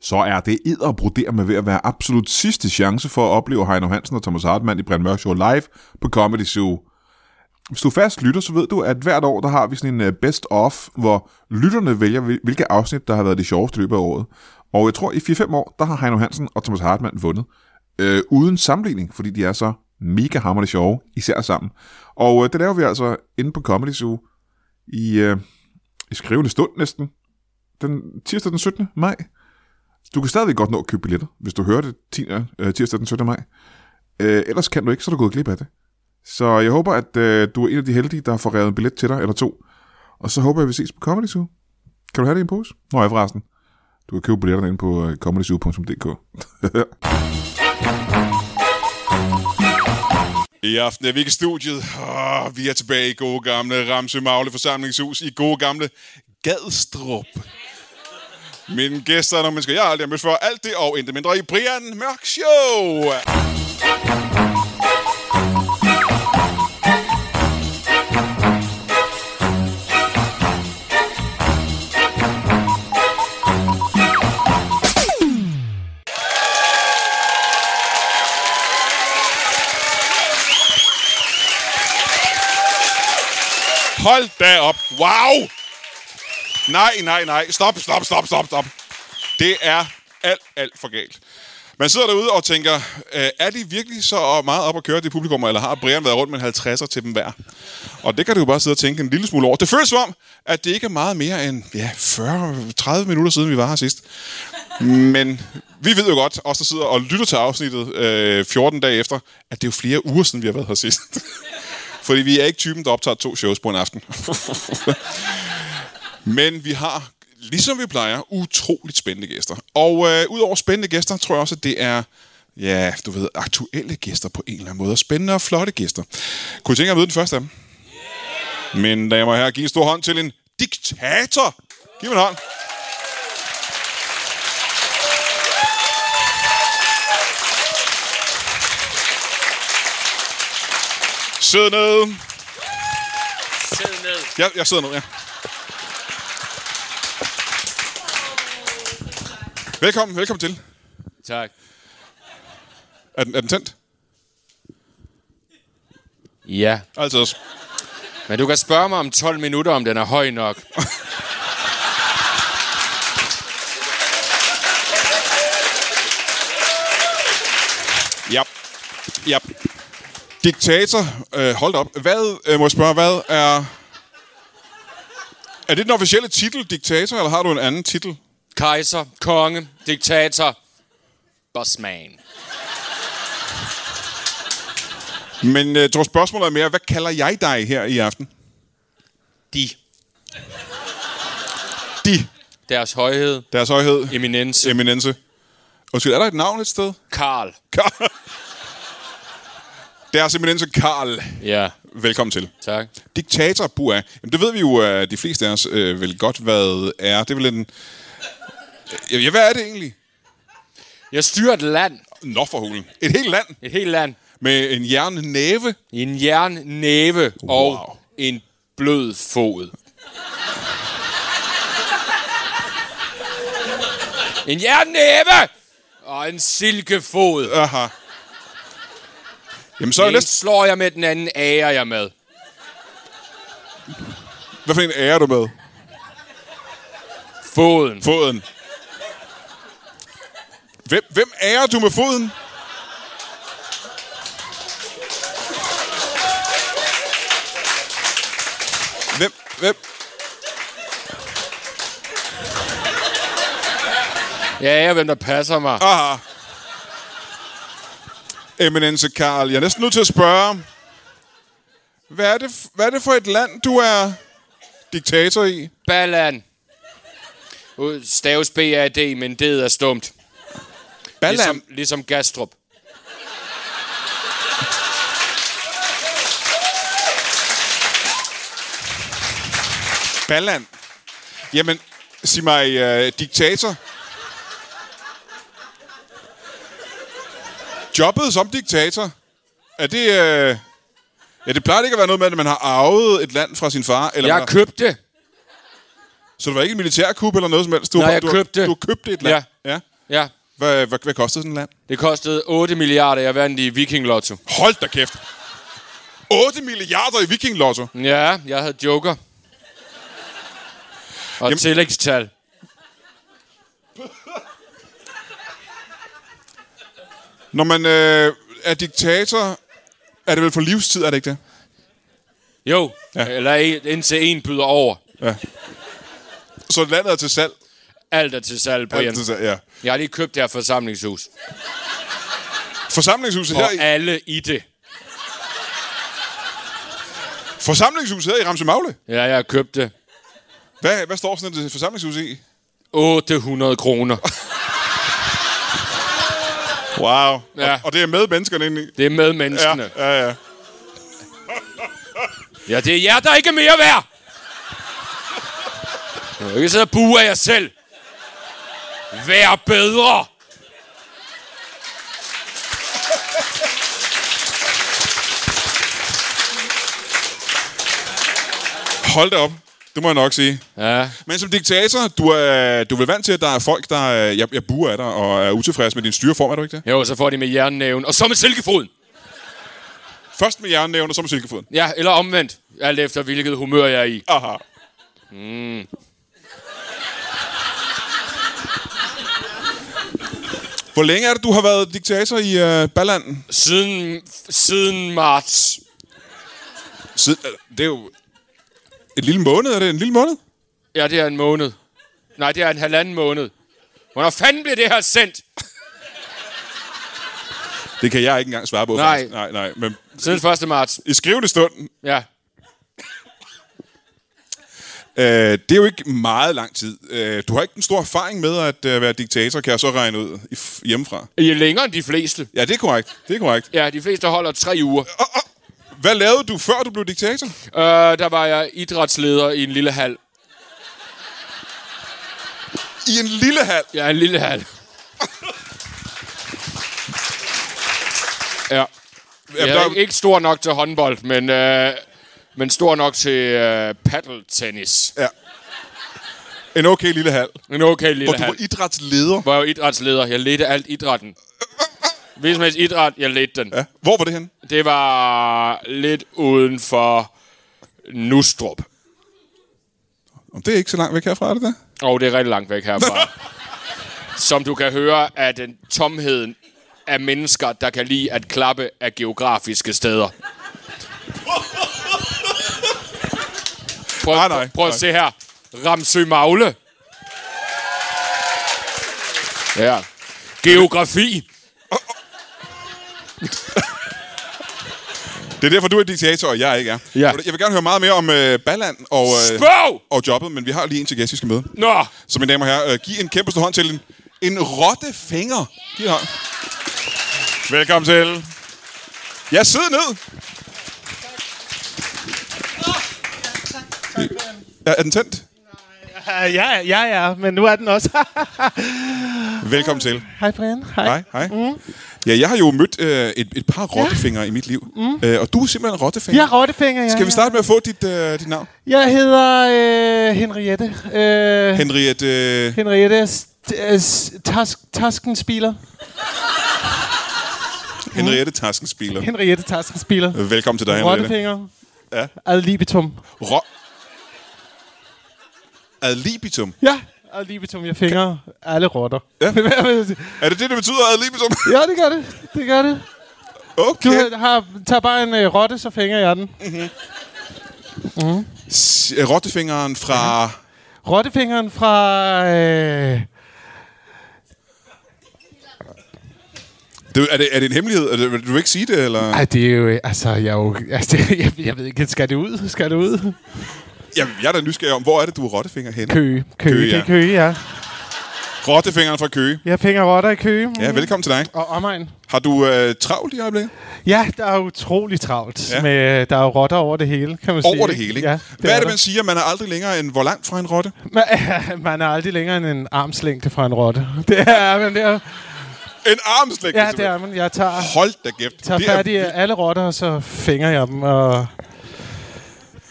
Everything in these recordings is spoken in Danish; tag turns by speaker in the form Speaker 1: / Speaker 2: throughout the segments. Speaker 1: så er det edderbruder med ved at være absolut sidste chance for at opleve Heino Hansen og Thomas Hartmann i Brian Mørk Show live på Comedy Zoo. Hvis du fast lytter, så ved du, at hvert år, der har vi sådan en øh, best of, hvor lytterne vælger, hvil- hvilke afsnit, der har været de sjoveste i løbet af året. Og jeg tror, i 4-5 år, der har Heino Hansen og Thomas Hartmann vundet. Øh, uden sammenligning, fordi de er så mega hammerende sjove, især sammen. Og øh, det laver vi altså inde på Comedy Zoo i, øh, i skrivende stund næsten. Den tirsdag den 17. maj. Du kan stadig godt nå at købe billetter, hvis du hører det ti- øh, tirsdag den 17. maj. Øh, ellers kan du ikke, så er du gået glip af det. Så jeg håber, at øh, du er en af de heldige, der får revet en billet til dig, eller to. Og så håber jeg, at vi ses på Comedy Zoo. Kan du have det i en pose? Nå, ja, forresten. Du kan købe billetterne inde på øh, comedyzoo.dk.
Speaker 2: I aften er vi ikke i studiet. Oh, vi er tilbage i gode gamle Ramsø Magle forsamlingshus i gode gamle Gadstrup. Mine gæster er nogle mennesker, jeg aldrig har mødt før. Alt det og intet mindre i Brian Mørk Show. Hold da op. Wow! Nej, nej, nej. Stop, stop, stop, stop, stop. Det er alt, alt for galt. Man sidder derude og tænker, øh, er de virkelig så meget op at køre, de publikummer, eller har Brian været rundt med en 50'er til dem hver? Og det kan du jo bare sidde og tænke en lille smule over. Det føles som om, at det ikke er meget mere end ja, 40-30 minutter siden, vi var her sidst. Men vi ved jo godt, os der sidder og lytter til afsnittet øh, 14 dage efter, at det er jo flere uger siden, vi har været her sidst. Fordi vi er ikke typen, der optager to shows på en aften. Men vi har, ligesom vi plejer, utroligt spændende gæster. Og øh, udover spændende gæster, tror jeg også, at det er ja, du ved, aktuelle gæster på en eller anden måde. Og Spændende og flotte gæster. Kunne I tænke jer at møde den første af dem? Men damer og herrer, giv en stor hånd til en diktator. Giv mig en hånd. Sid ned.
Speaker 3: Sid ned.
Speaker 2: Jeg, jeg sidder nu, ja. Velkommen, velkommen til.
Speaker 3: Tak.
Speaker 2: Er den, er den tændt?
Speaker 3: Ja,
Speaker 2: Altid også.
Speaker 3: men du kan spørge mig om 12 minutter, om den er høj nok.
Speaker 2: Ja. Ja. Diktator, øh, hold da op. Hvad, øh, må jeg spørge, hvad er... Er det den officielle titel, diktator, eller har du en anden titel?
Speaker 3: Kejser, konge, diktator, bossman.
Speaker 2: Men øh, jeg tror, spørgsmålet er mere, hvad kalder jeg dig her i aften?
Speaker 3: De,
Speaker 2: De,
Speaker 3: deres højhed,
Speaker 2: deres højhed,
Speaker 3: eminence,
Speaker 2: eminence. Undskyld, er der et navn et sted?
Speaker 3: Karl.
Speaker 2: Karl. Deres eminence Karl.
Speaker 3: Ja,
Speaker 2: Velkommen til.
Speaker 3: tak.
Speaker 2: Diktator, buah. Jamen, det ved vi jo, øh, de fleste af os øh, vel godt, hvad er. Det er vel en... Ja, hvad er det egentlig?
Speaker 3: Jeg styrer et land,
Speaker 2: Nå for hulen. Et helt land
Speaker 3: et helt land,
Speaker 2: med en jernnæve.
Speaker 3: i en jernnæve wow. og
Speaker 2: Wow.
Speaker 3: en blød fod. En jernnæve og en silkefod.
Speaker 2: Aha. Jamen, så er
Speaker 3: Den ene
Speaker 2: næsten...
Speaker 3: slår jeg med, den anden ærer jeg med.
Speaker 2: Hvad for en ære er du med?
Speaker 3: Foden.
Speaker 2: Foden. Hvem, hvem ærer du med foden? Hvem, hvem,
Speaker 3: Jeg ærer, hvem der passer mig.
Speaker 2: Aha. Eminence Karl, jeg er næsten nødt til at spørge. Hvad er, det, f- hvad er det for et land, du er diktator i?
Speaker 3: Ballan. Uh, Staves B-A-D, men det er stumt.
Speaker 2: Ballan?
Speaker 3: Ligesom, ligesom Gastrup.
Speaker 2: Balland. Jamen, sig mig, øh, diktator. Jobbet som diktator, er det... Øh, ja, det plejer ikke at være noget med, at man har arvet et land fra sin far. Eller man
Speaker 3: Jeg
Speaker 2: har-
Speaker 3: købte.
Speaker 2: Så det var ikke en militærkup eller noget som helst? Du,
Speaker 3: Nej,
Speaker 2: har-
Speaker 3: jeg
Speaker 2: du, har-
Speaker 3: købte.
Speaker 2: Du købte et land? Ja. ja.
Speaker 3: Ja.
Speaker 2: Hvad, hvad, hvad kostede sådan en land?
Speaker 3: Det kostede 8 milliarder, jeg vandt i Viking Lotto.
Speaker 2: Hold da kæft. 8 milliarder i Viking Lotto.
Speaker 3: Ja, jeg havde joker. Og Jamen. tillægstal.
Speaker 2: Når man øh, er diktator, er det vel for livstid, er det ikke det?
Speaker 3: Jo, ja. eller en- indtil en byder over.
Speaker 2: Så landet er til salg.
Speaker 3: Alt er til salg,
Speaker 2: Alt er
Speaker 3: Brian.
Speaker 2: til salg, ja.
Speaker 3: Jeg har lige købt det her forsamlingshus.
Speaker 2: Forsamlingshuset her,
Speaker 3: Og
Speaker 2: i,
Speaker 3: alle i det.
Speaker 2: forsamlingshuset her i Ramse Magle.
Speaker 3: Ja, jeg har købt det.
Speaker 2: Hvad, hvad står sådan et forsamlingshus i?
Speaker 3: 800 kroner.
Speaker 2: Wow. Ja.
Speaker 3: Ja.
Speaker 2: Og, og det er med menneskerne ind i.
Speaker 3: Det er med menneskene. Ja,
Speaker 2: Ja, ja, ja.
Speaker 3: ja det er jer, der ikke er mere værd. Jeg kan ikke sidde og bue af jer selv. Vær bedre.
Speaker 2: Hold da op. Det må jeg nok sige.
Speaker 3: Ja,
Speaker 2: Men som diktator, du er, du er vel vant til, at der er folk, der er, jeg, jeg buer af dig og er utilfredse med din styreform, er du ikke det?
Speaker 3: jo, så får de med jernnæven. Og så med silkefoden.
Speaker 2: Først med jernnæven, og så med silkefoden.
Speaker 3: Ja, eller omvendt. Alt efter, hvilket humør jeg er i.
Speaker 2: Aha. Mm. Hvor længe er det, du har været diktator i øh, Ballanden?
Speaker 3: Siden, siden marts.
Speaker 2: Siden, øh, det er jo... Et lille måned, er det en lille måned?
Speaker 3: Ja, det er en måned. Nej, det er en halvanden måned. Hvornår fanden blev det her sendt?
Speaker 2: Det kan jeg ikke engang svare på,
Speaker 3: Nej.
Speaker 2: faktisk. Nej, nej, men
Speaker 3: Siden 1. marts.
Speaker 2: i skrivende stund,
Speaker 3: Ja.
Speaker 2: øh, det er jo ikke meget lang tid. Øh, du har ikke den store erfaring med at øh, være diktator, kan jeg så regne ud i f- hjemmefra.
Speaker 3: I er længere end de fleste.
Speaker 2: Ja, det er korrekt. Det er korrekt.
Speaker 3: Ja, de fleste holder tre uger.
Speaker 2: Hvad lavede du, før du blev diktator?
Speaker 3: Øh, der var jeg idrætsleder i en lille hal.
Speaker 2: I en lille hal.
Speaker 3: Ja, en lille hal. Ja. Jeg
Speaker 2: Jamen,
Speaker 3: er
Speaker 2: der,
Speaker 3: ikke- ikke stor nok til håndbold, men, øh, men stor nok til øh, paddeltennis.
Speaker 2: en okay lille hal.
Speaker 3: En okay lille
Speaker 2: Hvor du
Speaker 3: hal.
Speaker 2: var idrætsleder.
Speaker 3: var jo idrætsleder. Jeg ledte alt idrætten. Hvis man idræt, jeg ledte den.
Speaker 2: Ja. Hvor var det henne?
Speaker 3: Det var lidt uden for Nustrup.
Speaker 2: Om det er ikke så langt væk herfra, er det der?
Speaker 3: Og det er rigtig langt væk herfra. Som du kan høre, er den tomheden af mennesker, der kan lide at klappe af geografiske steder. Prøv,
Speaker 2: Nej, nej,
Speaker 3: prøv at
Speaker 2: nej.
Speaker 3: se her. Ramsø Magle. Ja. Geografi.
Speaker 2: Det er derfor, du er diktator, og jeg ikke er.
Speaker 3: Ja.
Speaker 2: Jeg vil gerne høre meget mere om øh, Balland og, øh,
Speaker 3: Spørg!
Speaker 2: og jobbet, men vi har lige en til gæst, vi skal møde.
Speaker 3: Nå,
Speaker 2: Så mine damer og herrer, øh, giv en kæmpe stor hånd til en, en rotte finger. Giv en hånd. Velkommen til. Ja, sid ned. Er, er den tændt?
Speaker 4: Uh, ja, ja, ja, men nu er den også.
Speaker 2: Velkommen til.
Speaker 4: Hej, Brian.
Speaker 2: Hej, hej. Mm. Ja, jeg har jo mødt øh, et, et par rottefingre ja. i mit liv. Mm. Øh, og du er simpelthen rottefinger.
Speaker 4: Jeg er rottefinger, ja.
Speaker 2: Skal vi starte med at få dit, øh, dit navn?
Speaker 4: Ja. Jeg hedder øh, Henriette. Øh, Hen-
Speaker 2: Henriette... Øh,
Speaker 4: Henriette St- øh, S- Task- Taskenspiller.
Speaker 2: Henriette Taskenspiller.
Speaker 4: Henriette Taskenspiller.
Speaker 2: Velkommen til dig, Øh. Henriette.
Speaker 4: Rottefinger.
Speaker 2: Ja.
Speaker 4: Ad libitum.
Speaker 2: Ro- ad libitum.
Speaker 4: Ja, ad libitum. Jeg fingrer alle rotter.
Speaker 2: Ja.
Speaker 4: Hvad vil jeg sige?
Speaker 2: Er det det, det betyder ad libitum?
Speaker 4: ja, det gør det. Det gør det. Du
Speaker 2: Okay.
Speaker 4: har, tager bare en øh, rotte, så fingrer jeg den.
Speaker 2: S- Rottefingeren fra...
Speaker 4: Rottefingeren fra... Øh,
Speaker 2: Det, er, det, er det en hemmelighed? Er det, vil du ikke sige det, eller?
Speaker 4: ej, det er jo... øh, Altså, jeg, er jo, altså, jeg, jeg ved ikke, skal det ud? Skal det ud?
Speaker 2: Jeg, jeg er da nysgerrig om, hvor er det, du er rottefinger henne?
Speaker 4: Køge. Køge,
Speaker 2: Køge,
Speaker 4: Køge ja.
Speaker 2: ja.
Speaker 4: Det er Køge, ja.
Speaker 2: Rottefingeren fra Køge.
Speaker 4: Jeg fænger rotter i Køge.
Speaker 2: Ja, velkommen til dig.
Speaker 4: Og omegn.
Speaker 2: Har du øh, travlt i øjeblikket?
Speaker 4: Ja, der er utrolig travlt.
Speaker 2: Ja.
Speaker 4: Ja. Med, øh, der er jo rotter over det hele, kan man sige.
Speaker 2: Over det hele, ikke?
Speaker 4: Ja,
Speaker 2: Hvad er det, man
Speaker 4: der.
Speaker 2: siger? Man er aldrig længere end hvor langt fra en rotte?
Speaker 4: man... man er aldrig længere end en armslængde fra en rotte. Det er man der.
Speaker 2: En armslægte,
Speaker 4: Ja, det er man. Jeg tager,
Speaker 2: Hold da kæft.
Speaker 4: tager
Speaker 2: Det er
Speaker 4: fat i øh, alle rotter, og så fænger jeg dem. Og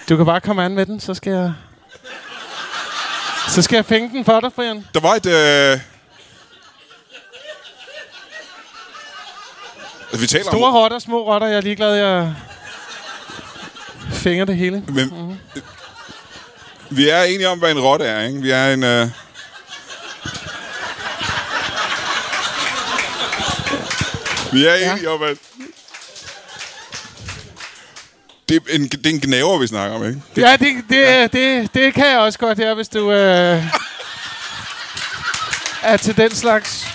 Speaker 4: du kan bare komme an med den, så skal jeg... Så skal jeg fænge den for dig, Brian.
Speaker 2: Der var et... Øh... Altså, Vi taler om...
Speaker 4: Store rotter, små rotter, jeg er ligeglad, jeg fænger det hele.
Speaker 2: Men, mm-hmm. Vi er enige om, hvad en rotte er, ikke? Vi er en... Øh... Vi er enige om, at... Det er, en, det er en gnaver, vi snakker om, ikke?
Speaker 4: Ja, det, det, ja. det, det kan jeg også godt her, hvis du øh, er til den slags.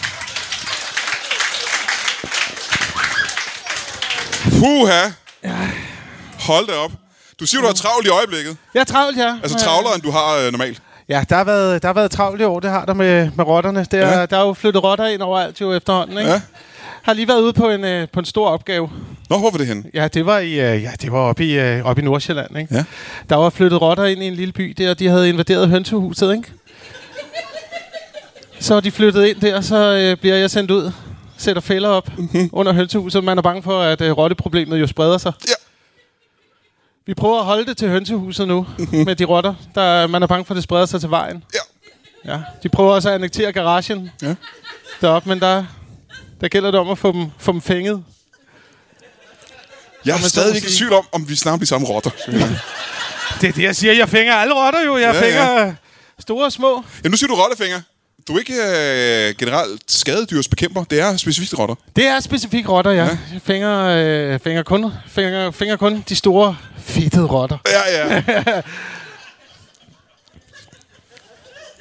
Speaker 2: Puha! Hold da op. Du siger, du har travlt i øjeblikket.
Speaker 4: Jeg er travlt, ja.
Speaker 2: Altså
Speaker 4: Men,
Speaker 2: travlere, end du har øh, normalt.
Speaker 4: Ja, der har, været, der har været travlt i år, det har der med, med rotterne. Der,
Speaker 2: Ja.
Speaker 4: ja. der er jo flyttet rotter ind overalt jo efterhånden, ikke?
Speaker 2: Ja.
Speaker 4: Ja. Har lige været ude på en, øh, på en stor opgave.
Speaker 2: Nå, hvor var det henne?
Speaker 4: Ja, det var, i, øh, ja, det var oppe, i, øh, oppe i Nordsjælland, ikke?
Speaker 2: Ja.
Speaker 4: Der var flyttet rotter ind i en lille by der, og de havde invaderet hønsehuset, ikke? Så er de flyttet ind der, så øh, bliver jeg sendt ud, sætter fælder op under hønsehuset. Man er bange for, at øh, rotteproblemet jo spreder sig.
Speaker 2: Ja.
Speaker 4: Vi prøver at holde det til hønsehuset nu, med de rotter. Der, man er bange for, at det spreder sig til vejen.
Speaker 2: Ja.
Speaker 4: Ja, de prøver også at annektere garagen
Speaker 2: Ja.
Speaker 4: deroppe, men der, der gælder det om at få dem, få dem fænget.
Speaker 2: Jeg er
Speaker 4: Om man så
Speaker 2: stadig
Speaker 4: må
Speaker 2: ikke i
Speaker 4: sige.
Speaker 2: tvivl om, om vi snakker om de samme rotter.
Speaker 4: Det er det, jeg siger. Jeg fænger alle rotter jo. Jeg
Speaker 2: Ja,
Speaker 4: ja, fænger ja. store og små.
Speaker 2: ja, nu siger du rottefinger. Du er ikke øh, generelt skadedyrsbekæmper. Det er specifikt rotter.
Speaker 4: Det er specifikt rotter, ja.
Speaker 2: Ja.
Speaker 4: ja. Jeg fænger, øh, fænger, kun, fænger, fænger kun de store, fedtede rotter.
Speaker 2: Ja, ja.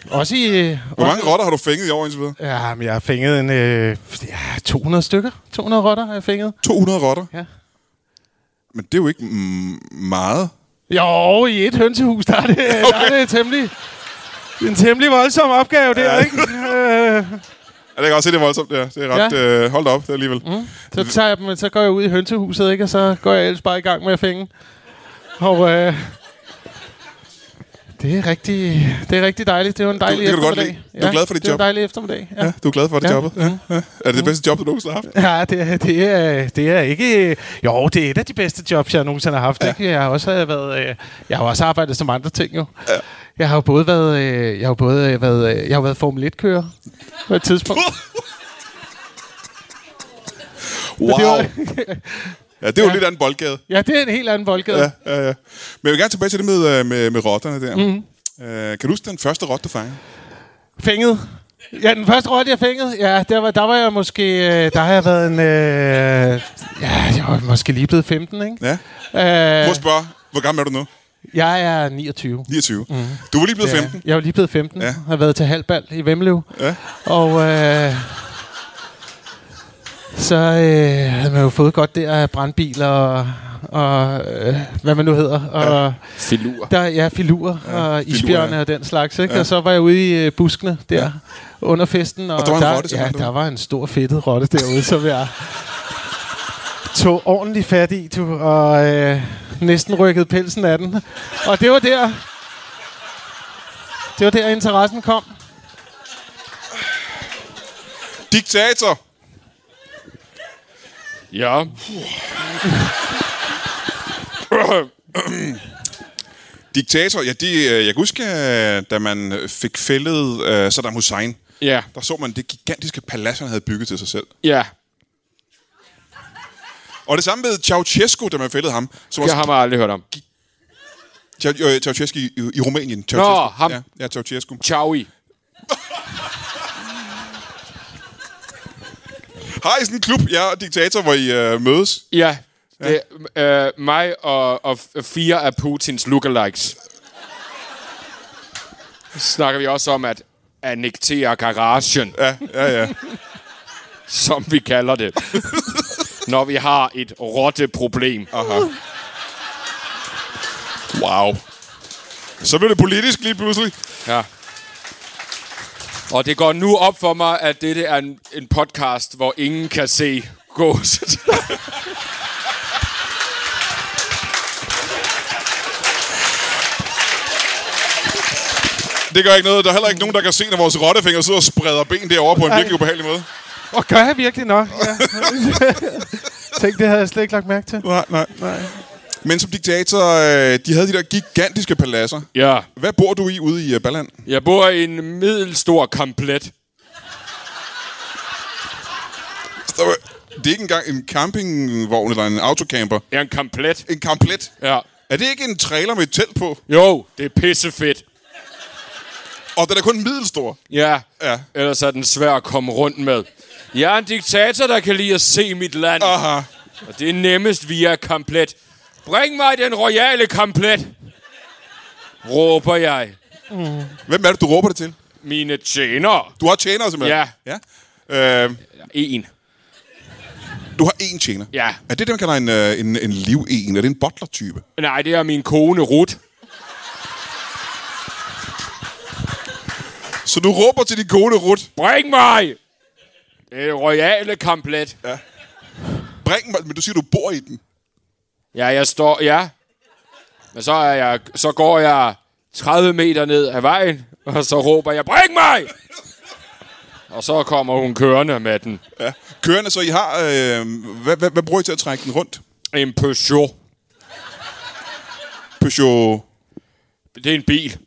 Speaker 4: Også i... Øh,
Speaker 2: Hvor mange rotter har du fænget i år indtil videre?
Speaker 4: Ja, men jeg har fænget en, øh, ja, 200 stykker. 200 rotter har jeg fænget.
Speaker 2: 200 rotter.
Speaker 4: Ja.
Speaker 2: Men det er jo ikke mm, meget.
Speaker 4: Jo, i et hønsehus, der er det, okay. der er det temmelig... En temmelig voldsom opgave, det er, ikke? Øh,
Speaker 2: Ja, det kan jeg godt se, det er voldsomt, det er. Det er ret... Ja. Øh, hold da op, det er alligevel. Mm.
Speaker 4: så tager jeg dem, så går jeg ud i hønsehuset, ikke? Og så går jeg ellers bare i gang med at fænge. Og øh, det er rigtig, det er rigtig dejligt. Det var en dejlig
Speaker 2: det kan du godt
Speaker 4: eftermiddag.
Speaker 2: lide. Du er glad for dit
Speaker 4: det var
Speaker 2: job.
Speaker 4: en dejlig eftermiddag. Ja.
Speaker 2: Ja, du er glad for det ja.
Speaker 4: Ja.
Speaker 2: jobbet. Ja. Ja. Er det det bedste job, du nogensinde har haft?
Speaker 4: Ja, det, er- det, er, det er ikke... Jo, det er et af de bedste jobs, jeg nogensinde har haft. Ja. Ikke? Jeg har også øh, været... øh, Jeg har også arbejdet som andre ting, jo. Ja. Jeg har jo både været... øh, Jeg har jo både øh, været... øh, Jeg har jo været Formel 1-kører på et tidspunkt.
Speaker 2: Wow.
Speaker 4: Men det var-
Speaker 2: Ja, det er jo ja. lidt af en boldgade.
Speaker 4: ja, det er en helt anden boldgade.
Speaker 2: Ja,
Speaker 4: Ja.
Speaker 2: ja, ja. Men jeg vil gerne tilbage til det med, øh, med, med rotterne der. Mm. Øh, kan du huske den første rotte, du fangede?
Speaker 4: Fænget. Ja, den første rotte, jeg fængede, ja, der var, der var jeg måske... øh, Der har jeg været en... Øh, ja, jeg var måske lige blevet 15, ikke?
Speaker 2: Ja.
Speaker 4: Øh,
Speaker 2: Må jeg spørge, hvor gammel er du nu?
Speaker 4: jeg er 29.
Speaker 2: 29. Mm. Du var lige blevet
Speaker 4: Ja,
Speaker 2: 15.
Speaker 4: Jeg var lige blevet 15.
Speaker 2: Ja.
Speaker 4: Ja. Har været til halvbal i Vemlev.
Speaker 2: Ja.
Speaker 4: Og øh, så øh, havde man jo fået godt der af brandbiler og, og øh, hvad man nu hedder. Og,
Speaker 3: Filur.
Speaker 4: Der ja, filurer ja, og isbjørne
Speaker 2: ja.
Speaker 4: ja. og den slags. Ikke? Ja. Og så var jeg ude i øh, buskene der ja. under festen. Og,
Speaker 2: der var en rotte,
Speaker 4: der, ja,
Speaker 2: simpelthen, du?
Speaker 4: der var en stor fedtet rotte derude, som jeg tog ordentligt fat i. Du, og øh, næsten rykkede pelsen af den. Og det var der... Det var der, interessen kom.
Speaker 2: Diktator!
Speaker 3: Ja.
Speaker 2: Diktator, ja, de, øh, jeg kan huske, øh, da man øh, fik fældet øh, Saddam Hussein,
Speaker 3: ja.
Speaker 2: der så man det gigantiske palads, han havde bygget til sig selv.
Speaker 3: Ja.
Speaker 2: Og det samme med Ceausescu, da man fældede ham. Som
Speaker 3: Det
Speaker 2: også,
Speaker 3: har man aldrig hørt om.
Speaker 2: Cea- øh, Ceausescu i, i Rumænien. Ceausescu.
Speaker 3: ham.
Speaker 2: Ja, ja, Ceausescu.
Speaker 3: Chaui.
Speaker 2: Har I sådan en klub, ja, og diktator, hvor I øh, mødes?
Speaker 3: Ja. Det, øh, mig og, og f- fire af Putins lookalikes. Så snakker vi også om at annektere garagen,
Speaker 2: Ja, ja, ja.
Speaker 3: som vi kalder det. når vi har et rotteproblem.
Speaker 2: Aha. Wow. Så blev det politisk lige pludselig.
Speaker 3: Ja. Og det går nu op for mig, at dette er en, en podcast, hvor ingen kan se gåset.
Speaker 2: Det gør ikke noget. Der er heller ikke nogen, der kan se, når vores rottefinger sidder og spreder ben derovre på en virkelig ubehagelig måde.
Speaker 4: Og gør jeg virkelig nok? Ja. Tænk, det havde jeg slet ikke lagt mærke til.
Speaker 2: Nej, nej. nej. Men som diktator, øh, de havde de der gigantiske paladser.
Speaker 3: ja.
Speaker 2: Hvad bor du i ude i øh, Balland?
Speaker 3: Jeg bor i en middelstor komplet.
Speaker 2: Der var- det er ikke engang en campingvogn eller en autocamper.
Speaker 3: Det er en komplet.
Speaker 2: En kamplet.
Speaker 3: Ja.
Speaker 2: Er det ikke en trailer med et telt på?
Speaker 3: Jo, det er pissefedt.
Speaker 2: Og den er kun middelstor.
Speaker 3: Ja.
Speaker 2: Ja.
Speaker 3: Ellers er den svær at komme rundt med. Jeg er en diktator, der kan lide at se mit land.
Speaker 2: Aha.
Speaker 3: Og det er nemmest via komplet. Bring mig den royale komplet, råber jeg.
Speaker 2: Hvem er det, du råber det til?
Speaker 3: Mine tjenere.
Speaker 2: Du har tjenere, simpelthen?
Speaker 3: Ja.
Speaker 2: ja. Øh,
Speaker 3: En.
Speaker 2: du har én tjener.
Speaker 3: Ja.
Speaker 2: Er det det, man kalder en, øh, en, en liv-en? Er det en butler-type?
Speaker 3: Nej, det er min kone Rut.
Speaker 2: Så du råber til din kone Rut,
Speaker 3: Bring mig! Det royale komplet. Ja.
Speaker 2: bring mig, men du siger, du bor i den.
Speaker 3: ja, jeg står... Ja. Men så, er jeg, så går jeg 30 meter ned ad vejen, og så råber jeg, Bring mig! og så kommer hun kørende med den.
Speaker 2: Ja. Kørende, så I har... Øh, hvad, hvad, hvad bruger I til at trække den rundt?
Speaker 3: En Peugeot.
Speaker 2: Peugeot...
Speaker 3: Det er en bil.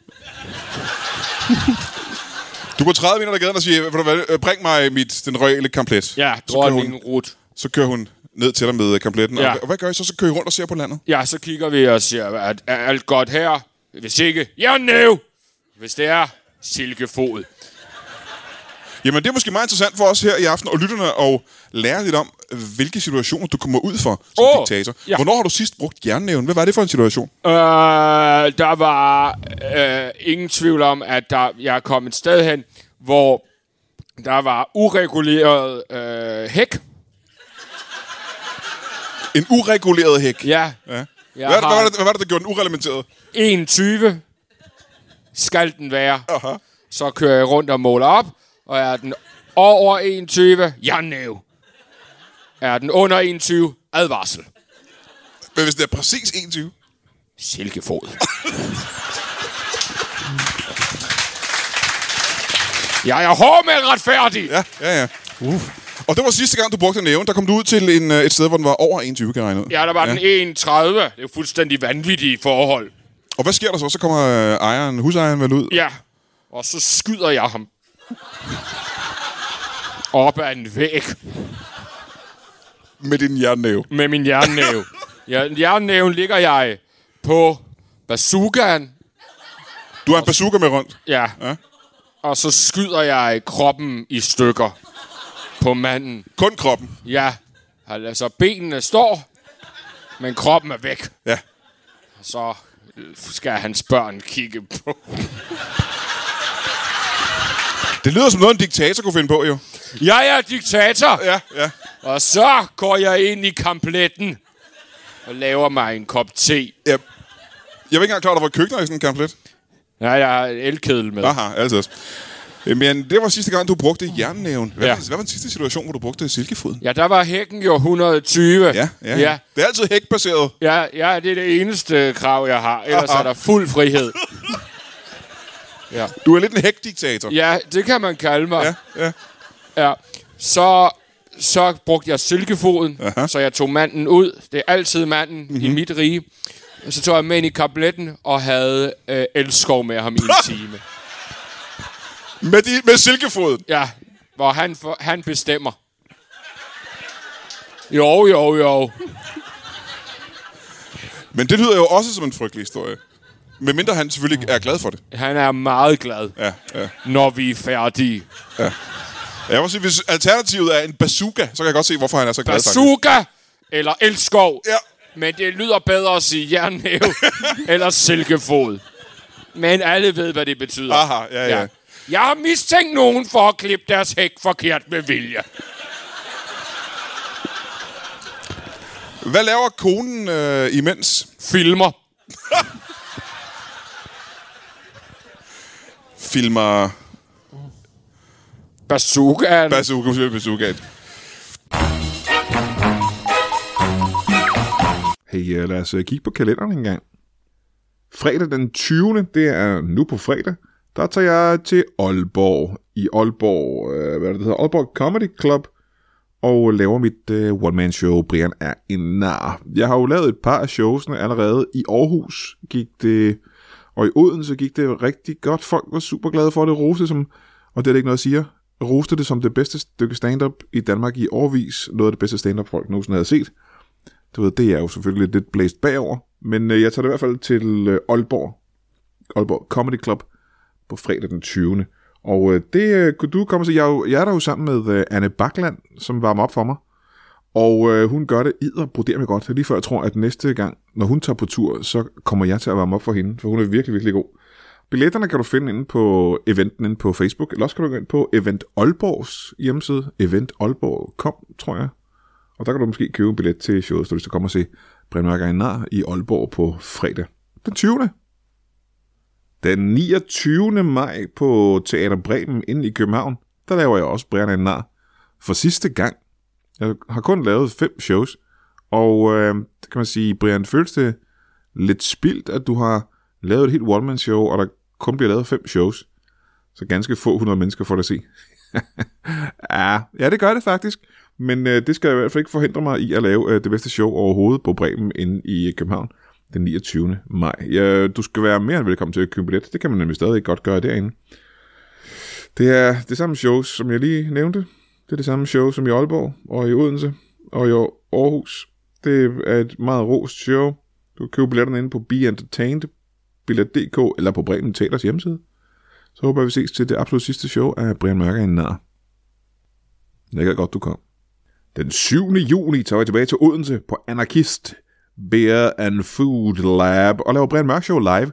Speaker 2: Du går 30 meter ad gaden og siger, "Ved du hvad, øh, bring mig mit, den royale komplet.
Speaker 3: Ja,
Speaker 2: så kører,
Speaker 3: dronningen
Speaker 2: hun,
Speaker 3: Rut.
Speaker 2: så kører hun ned til dig med kompletten.
Speaker 3: Ja.
Speaker 2: Ja. Og, og, hvad gør I så? Så kører I rundt og ser på landet.
Speaker 3: Ja, så kigger vi og siger, at er alt godt her? Hvis ikke, ja, no! Hvis det er, silkefod.
Speaker 2: Jamen, det er måske meget interessant for os her i aften og lytterne og lære lidt om, hvilke situationer du kommer ud for som
Speaker 3: Åh,
Speaker 2: oh, diktator.
Speaker 3: ja.
Speaker 2: Ja. Hvornår har du sidst brugt jernnæven? Hvad var det for en situation?
Speaker 3: Øh, der var øh, ingen tvivl om, at der, jeg kom et sted hen, hvor der var ureguleret øh, hæk.
Speaker 2: En ureguleret hæk.
Speaker 3: Ja,
Speaker 2: Ja.
Speaker 3: Jeg
Speaker 2: Hvad, var det,
Speaker 3: har-
Speaker 2: hvad, var det, hvad var det, der gjorde den urelementeret?
Speaker 3: 21 skal den være.
Speaker 2: Aha.
Speaker 3: Så kører jeg rundt og måler op, og er den over 21, ja, no. Er den under 21, advarsel.
Speaker 2: Men hvis det er præcis 21.
Speaker 3: Silkefod. Jeg er hård med retfærdig.
Speaker 2: Ja, ja, ja. Uff. Og det var sidste gang, du brugte næven. Der kom du ud til en, øh, et sted, hvor den var over 21, kan jeg regne ud.
Speaker 3: Ja, der var den 1,30. Det er jo fuldstændig vanvittige forhold.
Speaker 2: Og hvad sker der så? Så kommer øh, ejeren, husejeren vel ud?
Speaker 3: Ja. Og så skyder jeg ham. Op ad en væg
Speaker 2: Med din jernnæve.
Speaker 3: med min jernnæve. Ja, jernnæven ligger jeg på bazookaen.
Speaker 2: Du har en bazooka med rundt.
Speaker 3: Ja.
Speaker 2: Ja.
Speaker 3: Og så skyder jeg kroppen i stykker på manden.
Speaker 2: Kun kroppen.
Speaker 3: Ja, altså benene står, men kroppen er væk.
Speaker 2: Ja.
Speaker 3: Så skal hans børn kigge på.
Speaker 2: Det lyder som noget, en diktator kunne finde på, jo.
Speaker 3: Jeg er diktator,
Speaker 2: Ja, ja.
Speaker 3: og så går jeg ind i kompletten og laver mig en kop te.
Speaker 2: ja. Jeg var ikke engang klar, at der var køkkener i sådan en kamplet.
Speaker 3: Ja, jeg har en elkedel med.
Speaker 2: Aha, altid. Øh, Men det var sidste gang, du brugte jernnæven. Hvad,
Speaker 3: Ja.
Speaker 2: ja. hvad var den sidste situation, hvor du brugte silkefoden?
Speaker 3: Ja, der var hækken jo 120.
Speaker 2: Ja, ja,
Speaker 3: ja.
Speaker 2: ja. Det er altid hækbaseret.
Speaker 3: Ja, ja, det er det eneste krav, jeg har. Ellers er der fuld frihed.
Speaker 2: Du er lidt en hækdiktator.
Speaker 3: Ja, det kan man kalde mig.
Speaker 2: Ja, ja.
Speaker 3: Ja. Så, så brugte jeg silkefoden, Aha. så jeg tog manden ud. Det er altid manden mm-hmm.
Speaker 2: Mhm.
Speaker 3: i mit rige. Og Så tog jeg med ind i kabletten og havde øh, elskov med ham i en time.
Speaker 2: Med, de, med silkefoden.
Speaker 3: Ja, hvor han, for, han bestemmer. Jo, jo, jo.
Speaker 2: Men det lyder jo også som en frygtelig historie. Men mindre han selvfølgelig er glad for det.
Speaker 3: Han er meget glad,
Speaker 2: Ja, ja.
Speaker 3: når vi er færdige.
Speaker 2: Jeg må sige, hvis alternativet er en bazooka, så kan jeg godt se, hvorfor han er så glad. faktisk.
Speaker 3: Bazooka eller elskov.
Speaker 2: Ja.
Speaker 3: Men det lyder bedre at sige jernnæve eller silkefod. Men alle ved, hvad det betyder.
Speaker 2: Aha, ja, ja.
Speaker 3: Jeg har mistænkt nogen for at klippe deres hæk forkert med vilje.
Speaker 2: Hvad laver konen øh, imens?
Speaker 3: Filmer.
Speaker 2: Filmer
Speaker 3: Bazookaen. Bas-
Speaker 2: bazooka, måske bazooka.
Speaker 1: Hey, øh, lad os øh, kigge på kalenderen en gang. Fredag den 20. Det er nu på fredag. Der tager jeg til Aalborg. I Aalborg, øh, hvad er det, det hedder? Aalborg Comedy Club. Og laver mit øh, one-man-show. Brian er en nar. Jeg har jo lavet et par af showsene allerede. I Aarhus gik det... Og i Odense gik det rigtig godt. Folk var super glade for det. Rose som... Og det er det ikke noget, jeg siger. roste det som det bedste stykke stand-up i Danmark i årvis. Noget af det bedste stand-up, folk nogensinde havde set. Du ved, det er jo selvfølgelig lidt blæst bagover. Men øh, jeg tager det i hvert fald til øh, Aalborg. Aalborg Comedy Club på fredag den 20. Og øh, det øh, kunne du komme til. Jeg, er jo- jeg er der jo sammen med øh, Anne Bakland, som varmer op for mig. Og øh, hun gør det idder mig godt. Lige før jeg tror, at næste gang, når hun tager på tur, så kommer jeg til at varme op for hende, for hun er virkelig, virkelig god. Billetterne kan du finde inde på eventen inde på Facebook, eller også kan du gå ind på Event Aalborgs hjemmeside, eventaalborg.com, tror jeg. Og der kan du måske købe en billet til showet, så hvis du kommer og se Brindmørk er en nar i Aalborg på fredag. Den 20. Den 29. maj på Teater Bremen inde i København, der laver jeg også Brian er en nar for sidste gang. Jeg har kun lavet fem shows, og øh, det kan man sige, Brian, føles det lidt spildt, at du har lavet et helt one-man-show, og der kun bliver lavet fem shows? Så ganske få hundrede mennesker får det at se. ja, ja, det gør det faktisk. Men øh, det skal i hvert fald ikke forhindre mig i at lave øh, det bedste show overhovedet på Bremen inde i øh, København den 29. maj. Ja, du skal være mere end velkommen til at købe billet. Det kan man nemlig stadig godt gøre derinde. Det er det samme show, som jeg lige nævnte. Det er det samme show som i Aalborg og i Odense og i Aarhus. Det er et meget rost show. Du kan købe billetterne inde på beentertained.dk eller på Bremen Teaters hjemmeside. Så håber jeg, vi ses til det absolut sidste show af Brian Mørker i Nar. Jeg gad godt, du kom. Den 7. juni tager jeg tilbage til Odense på Anarkist Beer and Food Lab og laver Brian Mørk Show live.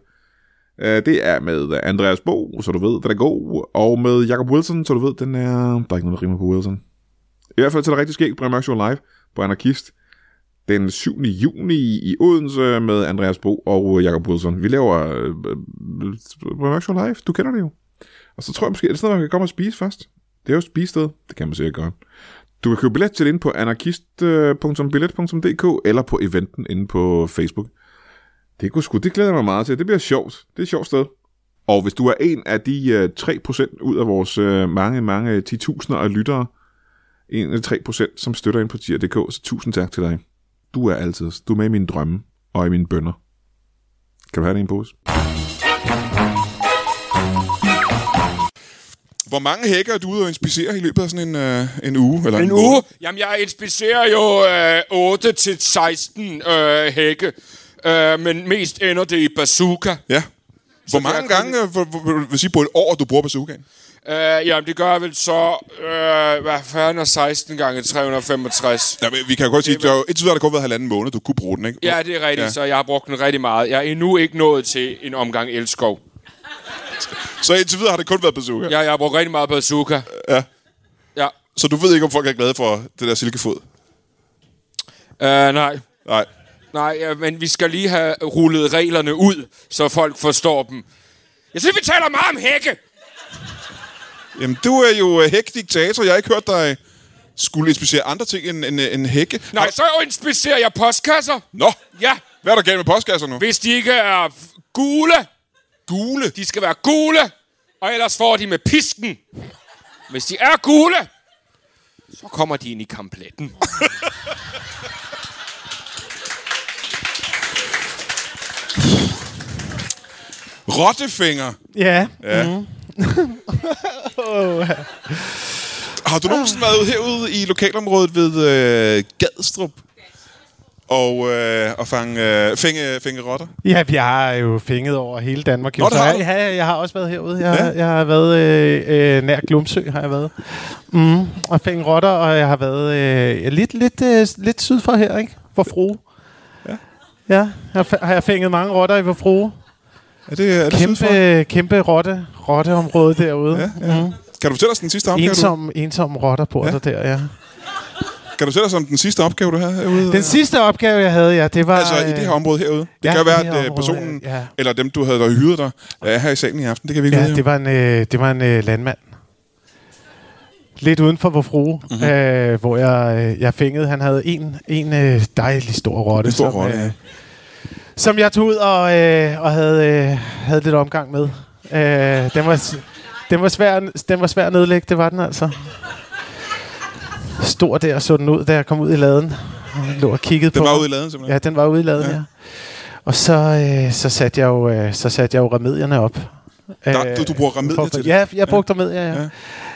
Speaker 1: Øh, Det er med Andreas Bo, så du ved, den er god, og med Jacob Wilson, så du ved, den er... Der er ikke noget, der rimer på Wilson. I hvert fald så er det rigtig skægt, Brian Mørk Show live på Anarkist den 7. juni i Odense med Andreas Bo og Jakob Wilson. Vi laver øh, øh, Brian Mørk Show live, du kender det jo. Og så tror jeg måske, at det er sådan noget, man kan komme og spise først. Det er jo et spisested, det kan man sikkert gøre. Du kan købe billet til det inde på øh, anarkist.billet.dk eller på eventen inde på Facebook. Det kunne sgu, det glæder jeg mig meget til. Det bliver sjovt. Det er et sjovt sted. Og hvis du er en af de øh, 3% ud af vores øh, mange, mange 10.000 af lyttere, en af de 3%, som støtter ind på tier.dk, så tusind tak til dig. Du er altid, du er med i mine drømme og i mine bønder. Kan du have det i en pose?
Speaker 2: Hvor mange hække er du ude og inspicere i løbet af sådan en, øh, en uge? Eller
Speaker 3: En uge? Jamen, jeg inspicerer jo øh, 8-16 øh, hække. Øh, men mest ender det i bazooka.
Speaker 2: Ja. Hvor
Speaker 3: kan
Speaker 2: mange
Speaker 3: jeg
Speaker 2: gange, øh, hvor- hvor- hvor- vil sige på et år, du bruger bazookaen?
Speaker 3: Øh, jamen, det gør jeg vel så... Øh, hvad fanden er 16 gange 365?
Speaker 2: Ja, men vi kan jo godt sige, at der er jo- indtil videre har der kun været halvanden måned, du kunne bruge den, ikke?
Speaker 3: Ja, det er rigtigt,
Speaker 2: Ja.
Speaker 3: ja. så jeg har brugt den rigtig meget. Jeg er endnu ikke nået til en omgang elskov.
Speaker 2: Så indtil videre har det kun været bazooka.
Speaker 3: Jeg, jeg har brugt rigtig meget bazooka.
Speaker 2: Ja.
Speaker 3: Ja.
Speaker 2: Så du ved ikke, om folk er glade for det der silkefod?
Speaker 3: Øh, nej.
Speaker 2: Nej.
Speaker 3: Nej, ja, men vi skal lige have rullet reglerne ud, så folk forstår dem. Jeg synes, vi taler meget om hække.
Speaker 2: Jamen, du er jo øh, hækdiktator. Jeg har ikke hørt dig skulle inspicere andre ting end, end, øh, end hække.
Speaker 3: Nej, så inspicerer jeg postkasser.
Speaker 2: Nå,
Speaker 3: Ja,
Speaker 2: hvad er der galt med postkasser nu?
Speaker 3: hvis de ikke er f- gule.
Speaker 2: Gule.
Speaker 3: De skal være gule, og ellers får de med pisken. Hvis de er gule, så kommer de ind i kampletten.
Speaker 2: Rottefinger.
Speaker 4: Ja.
Speaker 2: Har du nogensinde været ude herude i lokalområdet ved øh, Gadstrup? Og, øh, og fange, øh, fænge, fænge rotter?
Speaker 4: Ja, jeg har jo finget over hele Danmark. Jo,
Speaker 2: Nå, det
Speaker 4: så
Speaker 2: har
Speaker 4: jeg,
Speaker 2: du.
Speaker 4: ja, jeg har også været herude. Jeg,
Speaker 2: Ja.
Speaker 4: ja. jeg har været øh, øh, nær Glumsø, har jeg været. Mm, og fænget rotter, og jeg har været øh, lidt, lidt, øh, lidt syd for her, ikke? For frue. Ja. Ja, jeg har, har jeg fænget mange rotter i vor frue.
Speaker 2: Er det, er det sydfra?
Speaker 4: Kæmpe, kæmpe rotte, rotteområde derude. Ja, ja. Mm.
Speaker 2: Kan du fortælle os den sidste opgave, du,
Speaker 4: Ensom, ensom rotter bor ja. der der, ja.
Speaker 2: kan du fortælle os om den sidste opgave, du havde herude?
Speaker 4: Den sidste opgave, jeg havde, ja, det var...
Speaker 2: Altså i
Speaker 4: øh,
Speaker 2: det her område herude. Det
Speaker 4: ja,
Speaker 2: kan jo
Speaker 4: i
Speaker 2: være,
Speaker 4: det her
Speaker 2: at øh,
Speaker 4: område,
Speaker 2: personen,
Speaker 4: ja, ja.
Speaker 2: eller dem, du havde der hyret dig, er her i salen i aften. Det kan vi ikke
Speaker 4: Ja,
Speaker 2: vide.
Speaker 4: det var en, øh, det var en øh, landmand. Lidt uden for vor frue,
Speaker 2: Mhm.
Speaker 4: mm-hmm. øh, hvor jeg, øh, jeg fængede. Han havde en, en øh, dejlig stor rotte.
Speaker 2: En stor
Speaker 4: som, øh,
Speaker 2: rotte, ja.
Speaker 4: Som jeg tog ud og, øh, og havde, øh, havde lidt omgang med. Øh, den, var, s- den, var svær, den var svær at nedlægge, det var den altså. Stor der så den ud, da jeg kom ud i laden. Jeg lå og kiggede på
Speaker 2: Den var ude i laden, simpelthen.
Speaker 4: Ja, den var ude i laden, ja. ja. Og så, øh, så, satte jeg jo, øh, så satte jeg jo remedierne op.
Speaker 2: Der- du- du bruger remedier
Speaker 4: for-
Speaker 2: til det?
Speaker 4: Ja, jeg brugte ja. remedier, ja.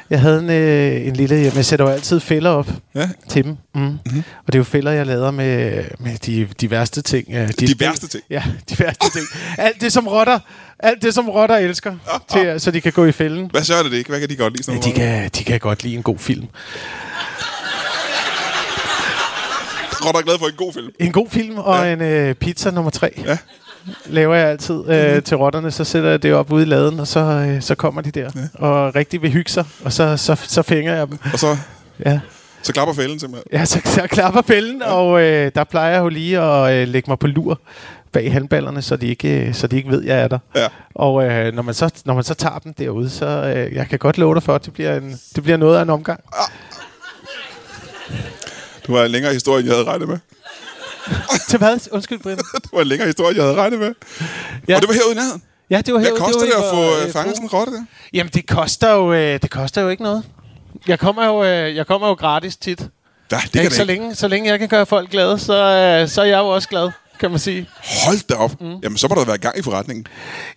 Speaker 4: Jeg havde en, øh, en lille... Jeg sætter jo altid fælder op
Speaker 2: Ja. Mhm.
Speaker 4: til dem. Mm. Mm-hmm. Og det er jo fælder, jeg lader med, med de, de værste ting. øh, De,
Speaker 2: De værste ting?
Speaker 4: Ja, de værste ting. Alt det, som rotter, alt det, som rotter elsker, til, så de kan gå i fælden.
Speaker 2: Ah, Hvad så er det ikke? Hvad kan de godt lide? Sådan
Speaker 4: Ja,
Speaker 2: nogle
Speaker 4: de, kan, de kan godt lide en god film.
Speaker 2: rotter? Rotter er glad for en god film.
Speaker 4: En god film og ja. en øh, pizza nummer tre. Ja. Laver jeg altid
Speaker 2: Mhm.
Speaker 4: øh, til rotterne, så sætter jeg det op ude i laden, og så, øh, så kommer de der ja. og rigtig vil hygge sig, og så, så, så fænger jeg dem.
Speaker 2: Og så,
Speaker 4: Ja.
Speaker 2: så klapper fælden simpelthen.
Speaker 4: Ja, så, så klapper fælden, og øh, der plejer jeg jo lige at øh, lægge mig på lur bag handballerne, så de ikke, øh, så de ikke ved, jeg er der.
Speaker 2: Ja.
Speaker 4: Og øh, når, man så, når man så tager dem derude, så øh, jeg kan godt love dig for, at det bliver, en, det bliver noget af en omgang.
Speaker 2: Ah. Det var en længere historie, end jeg havde regnet med.
Speaker 4: Til hvad? Undskyld, Brian.
Speaker 2: Det var en længere historie, end jeg havde regnet med. Ja.
Speaker 4: Ja.
Speaker 2: Og det var herude i nærheden.
Speaker 4: Ja, det var
Speaker 2: Hvad
Speaker 4: herude-
Speaker 2: koster det,
Speaker 4: var
Speaker 2: at
Speaker 4: i
Speaker 2: få
Speaker 4: vor,
Speaker 2: øh, fanget
Speaker 4: forum.
Speaker 2: sådan en rotte der?
Speaker 4: Jamen, det koster jo, øh, det koster jo ikke noget. Jeg kommer jo, øh, jeg kommer jo gratis tit. Det
Speaker 2: Ja, det kan
Speaker 4: ikke, så,
Speaker 2: det ikke.
Speaker 4: længe, så længe jeg kan gøre folk glade, så, øh, så er jeg jo også glad, kan man sige.
Speaker 2: Hold da op. Mm. Jamen, så må der være gang i forretningen.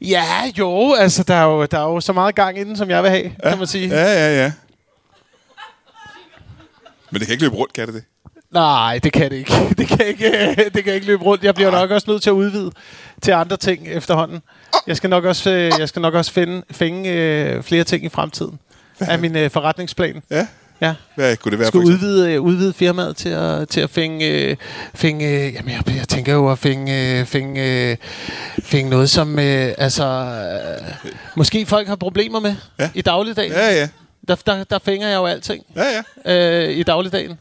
Speaker 4: Ja, jo, altså, der er jo, der er jo så meget gang i den, som jeg vil have, ja. kan man sige.
Speaker 2: Ja, ja, ja. Men det kan ikke løbe rundt, kan det det?
Speaker 4: Nej, det kan det ikke. Det kan ikke, øh, det kan ikke løbe rundt. Jeg bliver nok også nødt til at udvide til andre ting efterhånden. Jeg skal nok også, øh, jeg skal nok også finde, fænge øh, flere ting i fremtiden af min øh, forretningsplan.
Speaker 2: Ja.
Speaker 4: Ja.
Speaker 2: Hvad kunne det være,
Speaker 4: Jeg skal
Speaker 2: for eksempel?
Speaker 4: udvide, øh, udvide firmaet til at, til at fænge... Øh, fænge øh, jamen, jeg, jeg tænker jo at fænge, øh, fænge, øh, fænge noget, som øh, altså, øh, måske folk har problemer med
Speaker 2: Ja.
Speaker 4: ja. i dagligdagen.
Speaker 2: Ja, ja.
Speaker 4: Der, der, der fænger jeg jo alting
Speaker 2: Ja, ja.
Speaker 4: øh, i dagligdagen.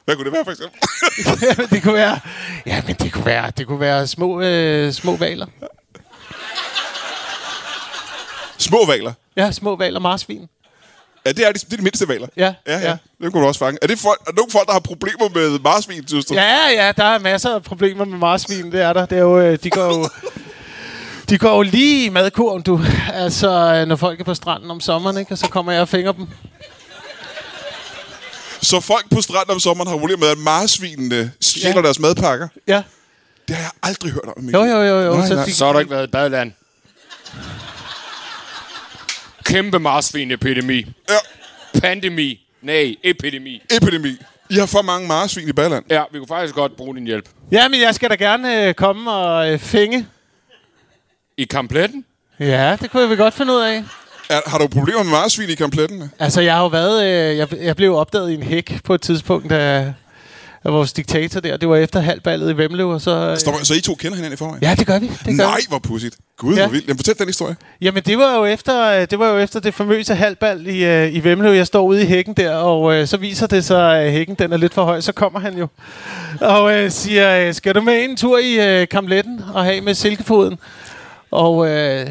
Speaker 2: Hvad kunne det være, for eksempel?
Speaker 4: Jamen, det kunne være, ja, men det kunne være, det kunne være små, øh, små valer.
Speaker 2: Små valer.
Speaker 4: Ja, små valer, marsvin.
Speaker 2: Ja, det er de, det er de mindste valer.
Speaker 4: Ja,
Speaker 2: ja, ja.
Speaker 4: ja.
Speaker 2: Dem kunne du også fange. Er det folk, er der nogle folk, der har problemer med marsvin, synes du?
Speaker 4: Ja, ja, der er masser af problemer med marsvin, det er der. Det er jo, øh, de går jo, de går jo lige i madkurven, du. Altså, øh, når folk er på stranden om sommeren, ikke? Og så kommer jeg og fænger dem.
Speaker 2: Så folk på stranden om sommeren har problemer med, at marsvinene stjæler ja.
Speaker 4: Ja.
Speaker 2: deres madpakker.
Speaker 4: Ja.
Speaker 2: Det har jeg aldrig hørt om.
Speaker 4: Jo, jo, jo, jo.
Speaker 2: Nej,
Speaker 4: så
Speaker 2: nej.
Speaker 4: fik-
Speaker 3: Så har du ikke været i badeland. Kæmpe marsvinepidemi.
Speaker 2: Ja,
Speaker 3: Pandemi. Nej, epidemi.
Speaker 2: epidemi. I har for mange marsvin i Balland.
Speaker 3: Ja, vi kunne faktisk godt bruge din hjælp.
Speaker 4: Ja, men jeg skal da gerne øh, komme og øh, fænge.
Speaker 3: I kampletten?
Speaker 4: Ja, det kunne jeg vel godt finde ud af.
Speaker 2: Er, har du problemer med marsvin i kampletten?
Speaker 4: Altså, jeg har jo været... Øh, jeg, jeg blev opdaget i en hæk på et tidspunkt af, af vores diktator der. Det var efter halvballet i Vemlev, og så... Øh,
Speaker 2: Stop, så I to kender hinanden i forvejen?
Speaker 4: Ja, det gør vi. Det gør
Speaker 2: Nej,
Speaker 4: Vi.
Speaker 2: hvor pudsigt. Gud, ja.
Speaker 4: Ja.
Speaker 2: hvor vildt. Jamen, fortæl den historie.
Speaker 4: Jamen, det var jo efter, øh, det var jo efter det famøse halvbal i, øh, i Vemlev. Jeg står ude i hækken der, og øh, så viser det sig, at hækken den er lidt for høj. Så kommer han jo og øh, siger, øh, skal du med en tur i øh, kamletten og have med silkefoden? Og, øh,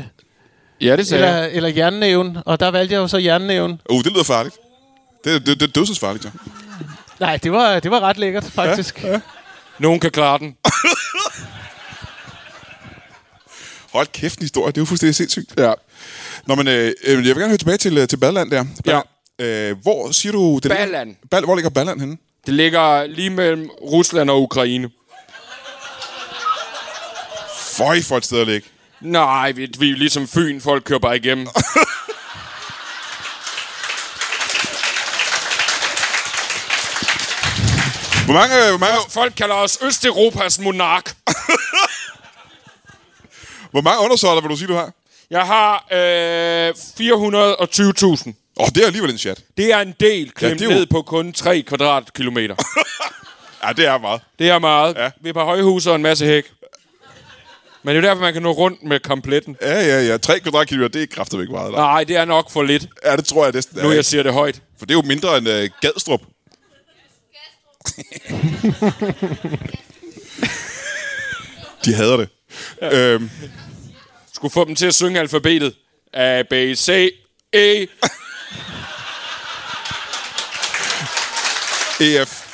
Speaker 3: Ja, det sagde
Speaker 4: eller,
Speaker 3: jeg.
Speaker 4: eller jernnæven. Og der valgte jeg jo så jernnæven.
Speaker 2: Uh, det lyder farligt. Det, det, det er dødsensfarligt, jo.
Speaker 4: Nej, det var, det var ret lækkert, faktisk. Ja, ja.
Speaker 3: Nogen kan klare den.
Speaker 2: Hold kæft, en historie. Det er jo fuldstændig sindssygt. Ja. Nå, men øh, øh, jeg vil gerne høre tilbage til, øh, til Balland der. Balland. Ja. Øh, hvor siger du... Det
Speaker 3: Balland.
Speaker 2: Ligger, Bal, hvor ligger Balland henne?
Speaker 3: Det ligger lige mellem Rusland og Ukraine.
Speaker 2: Føj for et sted at ligge.
Speaker 3: Nej, vi, vi er ligesom Fyn. Folk kører bare igennem.
Speaker 2: Hvor mange, øh, hvor mange,
Speaker 3: Folk kalder os Østeuropas monark.
Speaker 2: hvor mange undersøgelser vil du sige, du har?
Speaker 3: Jeg har øh, 420.000.
Speaker 2: Åh, oh, det er alligevel en chat.
Speaker 3: Det er en del klemt
Speaker 2: det
Speaker 3: ja,
Speaker 2: er jo-
Speaker 3: ned på kun 3 kvadratkilometer.
Speaker 2: Ja, det er meget.
Speaker 3: Det er meget. Ja. Vi er på højhus og en masse hæk. Men det er jo derfor, man kan nå rundt med kompletten.
Speaker 2: Ja, ja, ja. 3 kvadratkilometer, det er kraftedvæk meget. Nej.
Speaker 3: Nej, det er nok for lidt,
Speaker 2: Ja, det tror jeg næsten.
Speaker 3: nu
Speaker 2: er,
Speaker 3: jeg siger det højt.
Speaker 2: For det er jo mindre end øh, Gadstrup. De hader det. Ja. Øhm,
Speaker 3: Skulle få dem til at synge alfabetet. A, B, C, E.
Speaker 2: EF.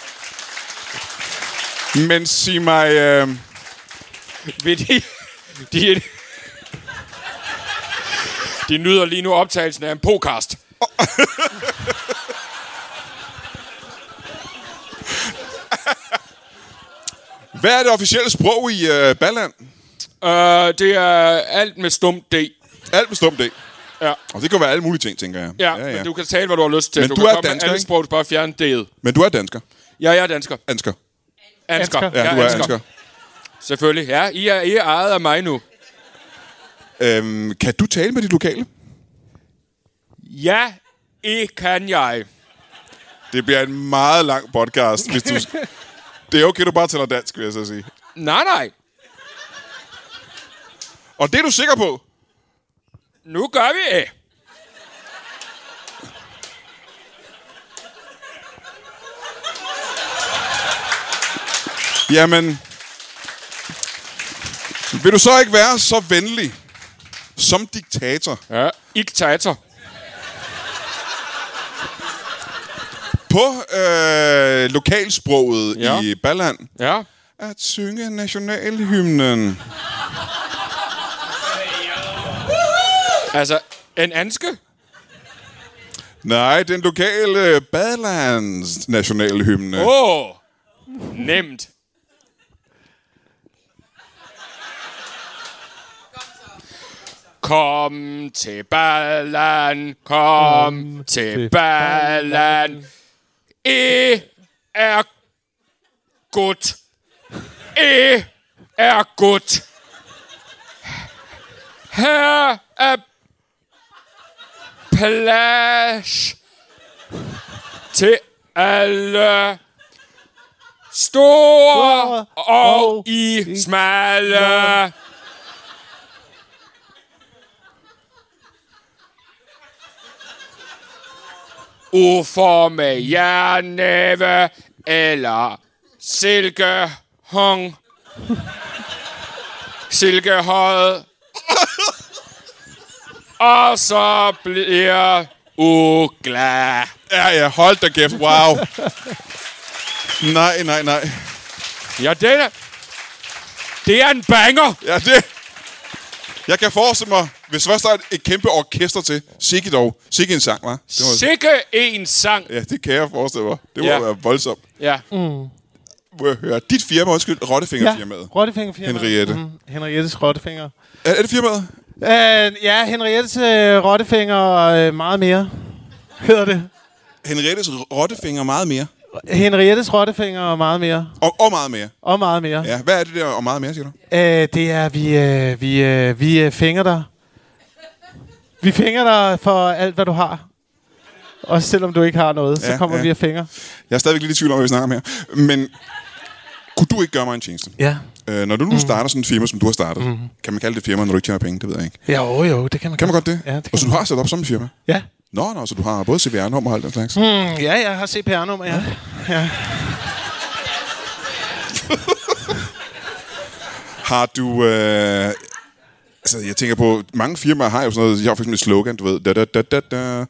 Speaker 2: E Men sig mig... Øh,
Speaker 3: Vil de... De, de nyder lige nu optagelsen af en podcast.
Speaker 2: hvad er det officielle sprog i øh, Balland?
Speaker 3: Uh, det er alt med stum D.
Speaker 2: Alt med stum D.
Speaker 3: Ja.
Speaker 2: Og det kan være alle mulige ting, tænker jeg.
Speaker 3: Ja, ja, ja. Men du kan tale, hvad du har lyst til.
Speaker 2: Men
Speaker 3: du,
Speaker 2: du
Speaker 3: kan
Speaker 2: er
Speaker 3: komme
Speaker 2: dansker,
Speaker 3: med alle
Speaker 2: ikke?
Speaker 3: sprog, du bare fjerne D'et.
Speaker 2: men du er dansker.
Speaker 3: Ja, jeg er dansker.
Speaker 2: Ansker.
Speaker 3: Ansker.
Speaker 4: Ansker.
Speaker 2: Ja,
Speaker 3: Jeg
Speaker 2: du er ansker.
Speaker 3: Selvfølgelig. Ja, I er, I er ejet af mig nu.
Speaker 2: Øhm, kan du tale med de lokale?
Speaker 3: Ja, I kan jeg.
Speaker 2: Det bliver en meget lang podcast, hvis du... Det er okay, du bare taler dansk, vil jeg så sige.
Speaker 3: Nej, nej.
Speaker 2: Og det er du sikker på?
Speaker 3: Nu gør vi det.
Speaker 2: Jamen, vil du så ikke være så venlig som diktator
Speaker 3: Ja. Iktator.
Speaker 2: på øh, lokalsproget
Speaker 3: Ja.
Speaker 2: ja. i Balland
Speaker 3: Ja.
Speaker 2: at synge nationalhymnen?
Speaker 3: Altså, en anske?
Speaker 2: Nej, den lokale Ballands nationalhymne. Oh.
Speaker 3: Åh, oh, nemt. Kom til ballan, kom til ballan. I er godt. I E er godt. Her er plads til alle store og i smalle. Uformet jernnæve eller silkehånd. Silkehøjet. Og så bliver uglad.
Speaker 2: Ja, ja, hold da kæft, wow. nej, nej, nej.
Speaker 3: Ja, det er, det er en banger.
Speaker 2: Ja, det... Jeg kan forestille mig, hvis først der er et, et kæmpe orkester til, sikke dog, sikke en sang, var. Det var
Speaker 3: Sikke en sang.
Speaker 2: ja, det kan jeg forestille mig. Det må
Speaker 3: Ja.
Speaker 2: ja. være voldsomt.
Speaker 3: Ja.
Speaker 2: Må jeg høre, dit firma, undskyld, Rottefingerfirmaet. Ja.
Speaker 4: Rottefingerfirmaet.
Speaker 2: Henriette.
Speaker 4: Mm, Henriettes Rottefinger.
Speaker 2: Er, er det firmaet?
Speaker 4: Øh, ja, Henriettes øh, Rottefinger og øh, meget mere hedder det.
Speaker 2: Henriettes Rottefinger meget mere.
Speaker 4: Henriettes Rottefinger og meget mere.
Speaker 2: Og, og meget mere.
Speaker 4: Og meget mere.
Speaker 2: Ja, hvad er det der og meget mere, siger du?
Speaker 4: Øh, det er, vi, øh, vi, øh, vi øh, fænger dig. Vi fænger dig for alt, hvad du har. Også selvom du ikke har noget, så
Speaker 2: Ja,
Speaker 4: kommer
Speaker 2: ja.
Speaker 4: vi og fænger.
Speaker 2: Jeg er stadigvæk lidt i tvivl om, hvad vi snakker om her. Men kunne du ikke gøre mig en tjeneste?
Speaker 4: Ja.
Speaker 2: Øh, når du nu
Speaker 4: Mhm.
Speaker 2: mm. starter sådan et firma, som du har startet, mm. kan man kalde det et firma, når du ikke tjener penge? Det ved jeg ikke.
Speaker 4: Jo, jo, det kan man
Speaker 2: Kan man godt det?
Speaker 4: Ja, det
Speaker 2: og
Speaker 4: kan
Speaker 2: så du har sat op som et firma?
Speaker 4: Ja.
Speaker 2: Nå, nå, så du har både CVR-nummer og alt den slags. Mm.
Speaker 4: Mm, ja, jeg har CPR-nummer, ja. ja.
Speaker 2: Har du... Øh, altså, jeg tænker på, mange firmaer har jo sådan noget, de har for eksempel et slogan, du ved, da, da, da, da, da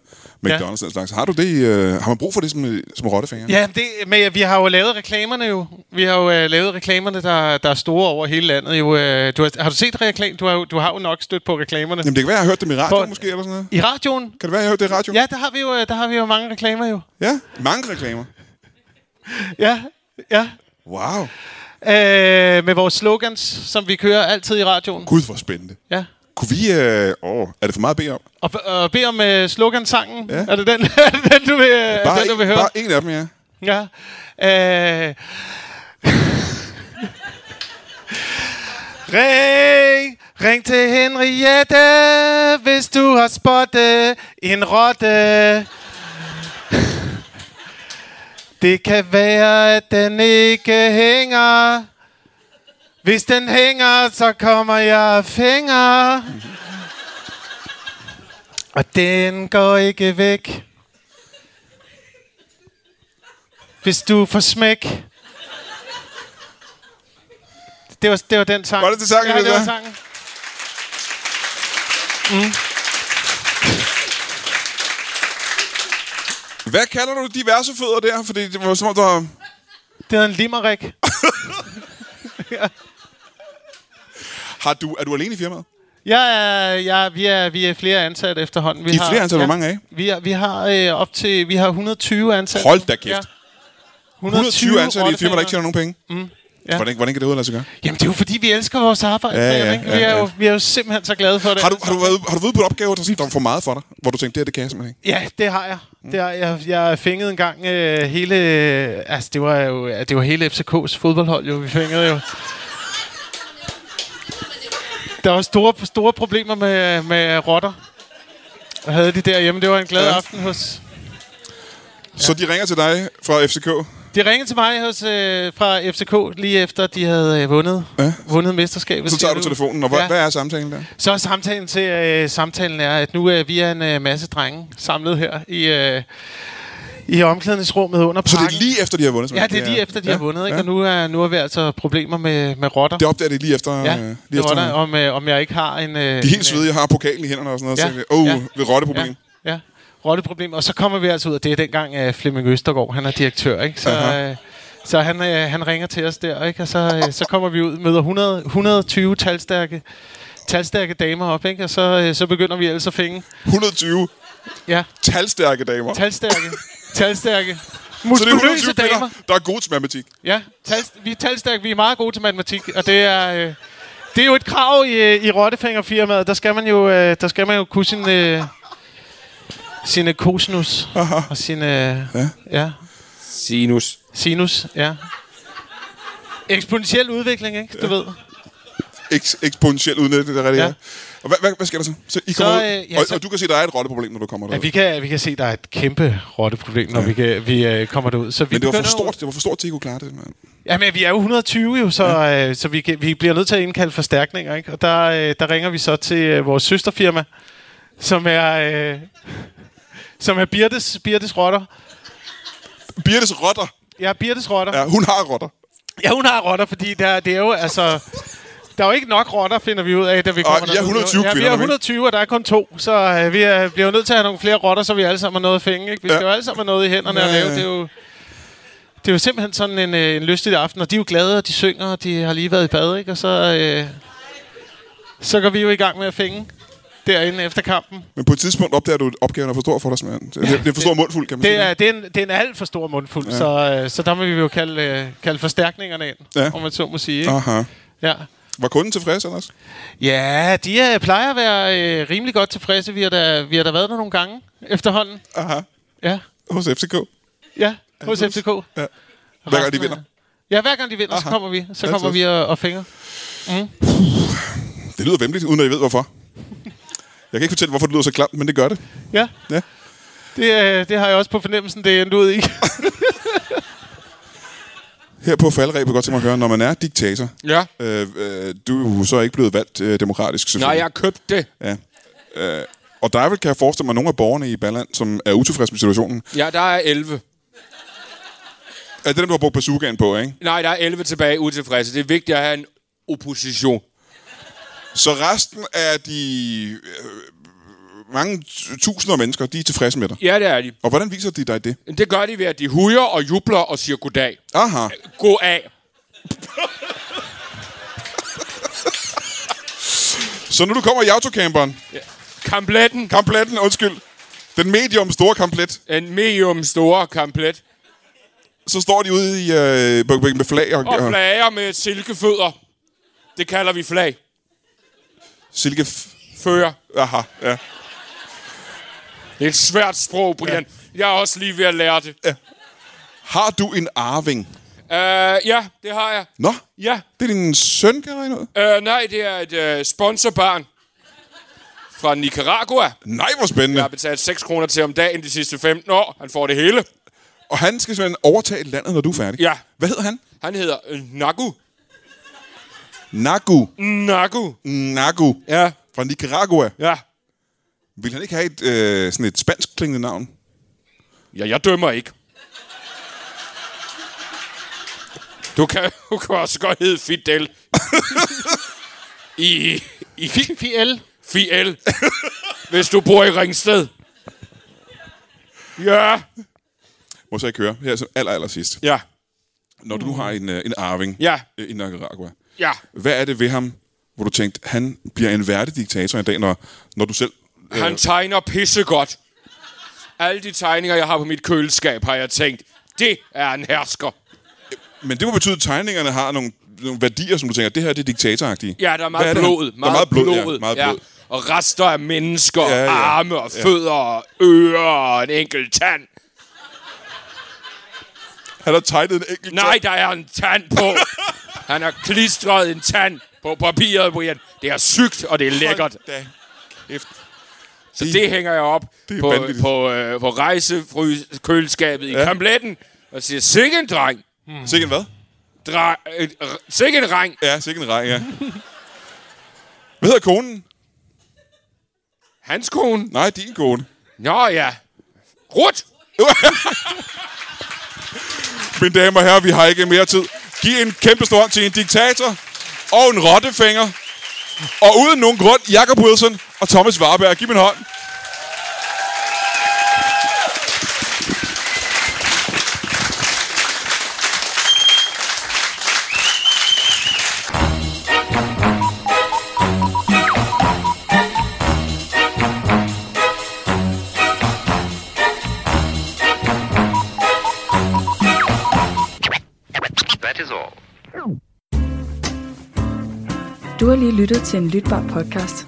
Speaker 2: McDonald's og den slags. Har du det, i, øh, har man brug for det som, som rottefinger?
Speaker 4: Ja, det, men vi har jo lavet reklamerne jo. Vi har jo øh, lavet reklamerne, der, der er store over hele landet. Jo, øh, du har, har du set reklame? Du har, jo- du har jo nok stødt på reklamerne.
Speaker 2: Jamen, det kan være, jeg har hørt dem i
Speaker 4: For-
Speaker 2: radioen måske, eller sådan noget.
Speaker 4: I radioen?
Speaker 2: Kan det være, jeg har hørt det i radioen?
Speaker 4: Ja, der har vi jo, øh, der har vi jo mange reklamer jo.
Speaker 2: ja. Mange reklamer.
Speaker 4: Ja, ja.
Speaker 2: Wow.
Speaker 4: Øh, med vores slogans, som vi kører altid i radioen.
Speaker 2: Gud, hvor spændende.
Speaker 4: Ja.
Speaker 2: Kunne vi... Øh, åh, er det for meget at bede om?
Speaker 4: Og, og bed om øh, slogansangen. Ja.
Speaker 2: Ja.
Speaker 4: Er, det den, er det den, du vil, er den, du
Speaker 2: en,
Speaker 4: vil høre?
Speaker 2: bare en af dem, ja.
Speaker 4: Ja. Øh. ring, ring til Henriette, hvis du har spottet en rotte. Det kan være, at den ikke hænger. Hvis den hænger, så kommer jeg og fænger. Og den går ikke væk. Hvis du får smæk. Det var, det var den sang.
Speaker 2: Var det det sangen,
Speaker 4: Ja,
Speaker 2: det
Speaker 4: det var
Speaker 2: der?
Speaker 4: sangen.
Speaker 2: Hvad kalder du diverse fødder der? Fordi det var som om, der... var-
Speaker 4: Det hedder en limerick.
Speaker 2: Har du, er du alene i firmaet?
Speaker 4: Jeg er, jeg, vi, er, vi er flere ansatte efterhånden. Vi
Speaker 2: I er flere ansatte? Hvor mange er I?
Speaker 4: Vi, er, vi har øh, op til vi har 120 ansatte.
Speaker 2: Hold da kæft.
Speaker 4: 120,
Speaker 2: 120 ansatte i et firma, der ikke tjener
Speaker 4: rottefænger.
Speaker 2: nogen penge. Mm. Ja. Hvordan, hvordan kan det udlade sig gøre?
Speaker 4: Jamen, det er jo fordi, vi elsker vores arbejde.
Speaker 2: Ja, ja,
Speaker 4: Ja, ja,
Speaker 2: ja,
Speaker 4: vi, er
Speaker 2: ja.
Speaker 4: jo, vi er jo simpelthen så glade for det.
Speaker 2: Har du, har du, været, har du været ude på en opgave, der, sådan- der var for meget for dig? Hvor du tænkte, det her, det kan jeg simpelthen ikke.
Speaker 4: Ja, det har jeg. Det har, jeg, jeg fængede en gang øh, hele... Øh, altså, det var jo det var hele FCK's fodboldhold, jo. Vi fængede jo. Der var store, store problemer med, med rotter. Og havde de derhjemme. Det var en glad
Speaker 2: Ja.
Speaker 4: aften hos...
Speaker 2: Ja. Så de ringer til dig fra FCK.
Speaker 4: De ringede til mig hos, øh, fra FCK lige efter, de havde øh, vundet, ja. vundet mesterskabet.
Speaker 2: Så tager
Speaker 4: siger
Speaker 2: du telefonen, og hvad, ja.
Speaker 4: Ja.
Speaker 2: hvad er samtalen der?
Speaker 4: Så er samtalen til øh, samtalen er, at nu er vi er en øh, masse drenge samlet her i, øh, i omklædningsrummet under
Speaker 2: Så det
Speaker 4: parken.
Speaker 2: er lige efter, de har vundet?
Speaker 4: Ja,
Speaker 2: simpelthen?
Speaker 4: det er lige efter, de ja, har vundet, ikke?
Speaker 2: Ja.
Speaker 4: og nu er, nu er vi altså problemer med, med rotter.
Speaker 2: Det opdager de lige efter.
Speaker 4: ja,
Speaker 2: øh, lige
Speaker 4: det
Speaker 2: efter
Speaker 4: var der, om, øh, om jeg ikke har en... Øh,
Speaker 2: De er helt svedige, jeg har pokalen i hænderne og sådan noget. Ja.
Speaker 4: Ja.
Speaker 2: Så tænker jeg, åh,
Speaker 4: Ja.
Speaker 2: oh, ved rotteproblem. Ja.
Speaker 4: Ja, ja, rotteproblem. Og så kommer vi altså ud, og det er dengang øh, Flemming Østergaard, han er direktør, ikke? Så,
Speaker 2: Aha.
Speaker 4: øh, så han, øh, han ringer til os der, ikke? og så, øh, så kommer vi ud, møder 100, 120 talstærke, talstærke damer op, ikke? og så, øh, så begynder vi ellers at fænge.
Speaker 2: 120
Speaker 4: Ja,
Speaker 2: talstærke damer.
Speaker 4: talstærke, talstærke,
Speaker 2: så det er
Speaker 4: muskuløse
Speaker 2: 120
Speaker 4: damer.
Speaker 2: kvinder, der er gode til matematik.
Speaker 4: Ja, tal, vi er talstærke, vi er meget gode til matematik, og det er, øh, det er jo et krav i, øh, i Rottefingerfirmaet. Der skal man jo, øh, der skal man jo kunne sin, øh, sine cosinus og sine øh, ja. Ja,
Speaker 3: Sinus.
Speaker 4: sinus. Ja. Eksponentiel udvikling, ikke? Du ja. ved.
Speaker 2: Eks- Eksponentiel udnyttelse, det er rigtigt. Ja.
Speaker 4: Ja.
Speaker 2: Og hvad, hvad, hvad sker der så? Så I kommer så, øh,
Speaker 4: øh,
Speaker 2: ja,
Speaker 4: ja,
Speaker 2: og,
Speaker 4: så-
Speaker 2: og du kan se, der er et rotteproblem, når du kommer derud.
Speaker 4: Ja, vi, kan, vi kan se, at der er et kæmpe rotteproblem, når ja. vi, kan, vi øh, kommer derud. Så vi
Speaker 2: Men det var for
Speaker 4: begynder jo-
Speaker 2: stort, det var for stort til, at I kunne klare det. Man.
Speaker 4: Jamen, vi er jo 120 jo, så, ja. øh, så vi, kan- vi bliver nødt til at indkalde forstærkninger, ikke? Og der, øh, der ringer vi så til øh, vores søsterfirma, som er, øh, som er Birtes, Birtes Rotter.
Speaker 2: Birtes rotter.
Speaker 4: Ja, Birtes Rotter.
Speaker 2: Ja,
Speaker 4: Ja,
Speaker 2: hun har rotter.
Speaker 4: ja hun har rotter, fordi der, det er jo altså... Der er jo ikke nok rotter, finder vi ud af, da vi kommer
Speaker 2: I er
Speaker 4: derned.
Speaker 2: 120
Speaker 4: ja, vi
Speaker 2: kvinder,
Speaker 4: er
Speaker 2: ikke?
Speaker 4: 120, og der er kun to. Så øh, vi er, bliver jo nødt til at have nogle flere rotter, så vi alle sammen har noget at fænge. Ikke? Vi skal
Speaker 2: Ja.
Speaker 4: jo alle sammen have noget i hænderne
Speaker 2: Ja,
Speaker 4: at
Speaker 2: ja,
Speaker 4: lave.
Speaker 2: ja.
Speaker 4: Det er jo, det er jo simpelthen sådan en, øh, en lystig aften, og de er jo glade, og de synger, og de har lige været i bad, ikke? og så, øh, så går vi jo i gang med at fænge derinde efter kampen.
Speaker 2: Men på et tidspunkt opdager du, at opgaven er for stor for dig, simpelthen. Det, det er for stor mundfuld, kan man
Speaker 4: Det
Speaker 2: sige.
Speaker 4: er, det, er en, det er en alt for stor mundfuld, ja. så, øh, så der må vi jo kalde, øh, kalde forstærkningerne ind,
Speaker 2: Ja.
Speaker 4: ja. om man så må sige. Ikke?
Speaker 2: Aha.
Speaker 4: Ja.
Speaker 2: Var kunden tilfreds ellers?
Speaker 4: Ja, de øh, plejer at være øh, rimelig godt tilfredse. Vi har, da, vi har da været der nogle gange efterhånden.
Speaker 2: Aha.
Speaker 4: Ja,
Speaker 2: Hos FCK.
Speaker 4: ja hos FCK.
Speaker 2: Ja. Hver gang
Speaker 4: Resten
Speaker 2: de
Speaker 4: af-
Speaker 2: vinder.
Speaker 4: Ja, hver gang de vinder, så
Speaker 2: Aha.
Speaker 4: kommer vi, så
Speaker 2: Altid.
Speaker 4: kommer vi og, og fingre.
Speaker 2: Det lyder vemmeligt, uden at jeg ved hvorfor. Jeg kan ikke fortælle, hvorfor det lyder så klamt, men det gør det.
Speaker 4: Ja,
Speaker 2: Ja.
Speaker 4: det, øh, det har jeg også på fornemmelsen, det endte ud i.
Speaker 2: Her på faldrebet godt til mig at høre, når man er diktator,
Speaker 3: Ja.
Speaker 2: øh, øh, du er jo så ikke blevet valgt øh, demokratisk,
Speaker 3: Nej,
Speaker 2: selvfølgelig.
Speaker 3: jeg købte det.
Speaker 2: Ja. Øh, og der er vel, kan jeg forestille mig, nogle af borgerne i Balland, som er utilfredse med situationen.
Speaker 3: Ja, der er 11.
Speaker 2: Er det dem, du har brugt bazookaen på, ikke?
Speaker 3: Nej, der er 11 tilbage utilfredse. Det er vigtigt at have en opposition.
Speaker 2: Så resten af de øh, mange t- tusinder mennesker, de er tilfredse med dig.
Speaker 3: Ja, det er de.
Speaker 2: Og hvordan viser de dig det?
Speaker 3: Det gør de ved, at de hujer og jubler og siger goddag.
Speaker 2: Aha.
Speaker 3: Gå af.
Speaker 2: Så nu du kommer i autocamperen.
Speaker 3: Kampletten.
Speaker 2: Kampletten, undskyld. Den medium store kamplet.
Speaker 3: En medium store kamplet.
Speaker 2: Så står de ude i, øh, med- med- med flag og,
Speaker 3: Og
Speaker 2: og
Speaker 3: flager med silkefødder. Det kalder vi flag.
Speaker 2: silke... F-
Speaker 3: Fører.
Speaker 2: Aha, ja.
Speaker 3: Det er et svært sprog, Brian. Ja. Jeg er også lige ved at lære det.
Speaker 2: Har du en arving?
Speaker 3: Uh, ja, det har jeg.
Speaker 2: Nå,
Speaker 3: Ja.
Speaker 2: det er din søn, kan jeg regne ud.
Speaker 3: Uh, nej, det er et uh, sponsorbarn fra Nicaragua.
Speaker 2: Nej, hvor spændende.
Speaker 3: Jeg har betalt 6 kroner til om dagen de sidste 15 år. Han får det hele.
Speaker 2: Og han skal simpelthen overtage landet, når du er færdig.
Speaker 3: Ja.
Speaker 2: Hvad hedder han?
Speaker 3: Han hedder øh, Nagu.
Speaker 2: Nagu.
Speaker 3: Nagu.
Speaker 2: Nagu.
Speaker 3: Ja,
Speaker 2: Fra Nicaragua.
Speaker 3: ja.
Speaker 2: Vil han ikke have et, øh, sådan et spansk klingende navn?
Speaker 3: Ja, jeg dømmer ikke. Du kan, du kan også godt hedde Fidel. I, i
Speaker 4: Fiel.
Speaker 3: Fiel. Hvis du bor i Ringsted. Ja.
Speaker 2: Må så ikke høre. Her som aller, aller sidst.
Speaker 3: Ja.
Speaker 2: Når du nu har en, øh, en arving
Speaker 3: Ja.
Speaker 2: øh, i Nicaragua.
Speaker 3: Ja.
Speaker 2: Hvad er det ved ham, hvor du tænkte, han bliver en værdig diktator en dag, når, når du selv... Øh,
Speaker 3: Han tegner pissegodt. Alle de tegninger, jeg har på mit køleskab, har jeg tænkt, det er en hersker.
Speaker 2: Men det må betyde, at tegningerne har nogle, nogle værdier, som du tænker, det her det er diktatoragtigt.
Speaker 3: Ja, der er
Speaker 2: Hvad
Speaker 3: meget
Speaker 2: det, han-
Speaker 3: blod. Meget,
Speaker 2: der er meget blod,
Speaker 3: blod,
Speaker 2: ja. Meget
Speaker 3: ja.
Speaker 2: blod.
Speaker 3: Og rester af mennesker, ja,
Speaker 2: Ja,
Speaker 3: ja.
Speaker 2: ja.
Speaker 3: arme og fødder, og ører og en enkelt tand.
Speaker 2: Han har tegnet en enkelt
Speaker 3: Nej, der er en tand på. Han har klistret en tand på papiret, Brian. Det er sygt, og det er lækkert.
Speaker 2: Hold da kæft.
Speaker 3: Så det hænger jeg op
Speaker 2: det er
Speaker 3: på,
Speaker 2: vanvittigt.
Speaker 3: på, øh, på rejsekøleskabet ja. i kompletten og siger, sikke en dreng.
Speaker 2: Sikke en hvad?
Speaker 3: Dre, øh, r- sikke en dreng.
Speaker 2: Ja, sikke en regn, ja. Hvad hedder konen?
Speaker 3: Hans kone.
Speaker 2: Nej, din kone.
Speaker 3: Nå ja. Rut.
Speaker 2: Mine damer og herrer, vi har ikke mere tid. Giv en kæmpe stor hånd til en diktator og en rottefinger. Og uden nogen grund, Jakob Wilson og Thomas Warberg. Giv mig en hånd.
Speaker 5: That is all.
Speaker 6: Du har lige lyttet til en lytbar podcast.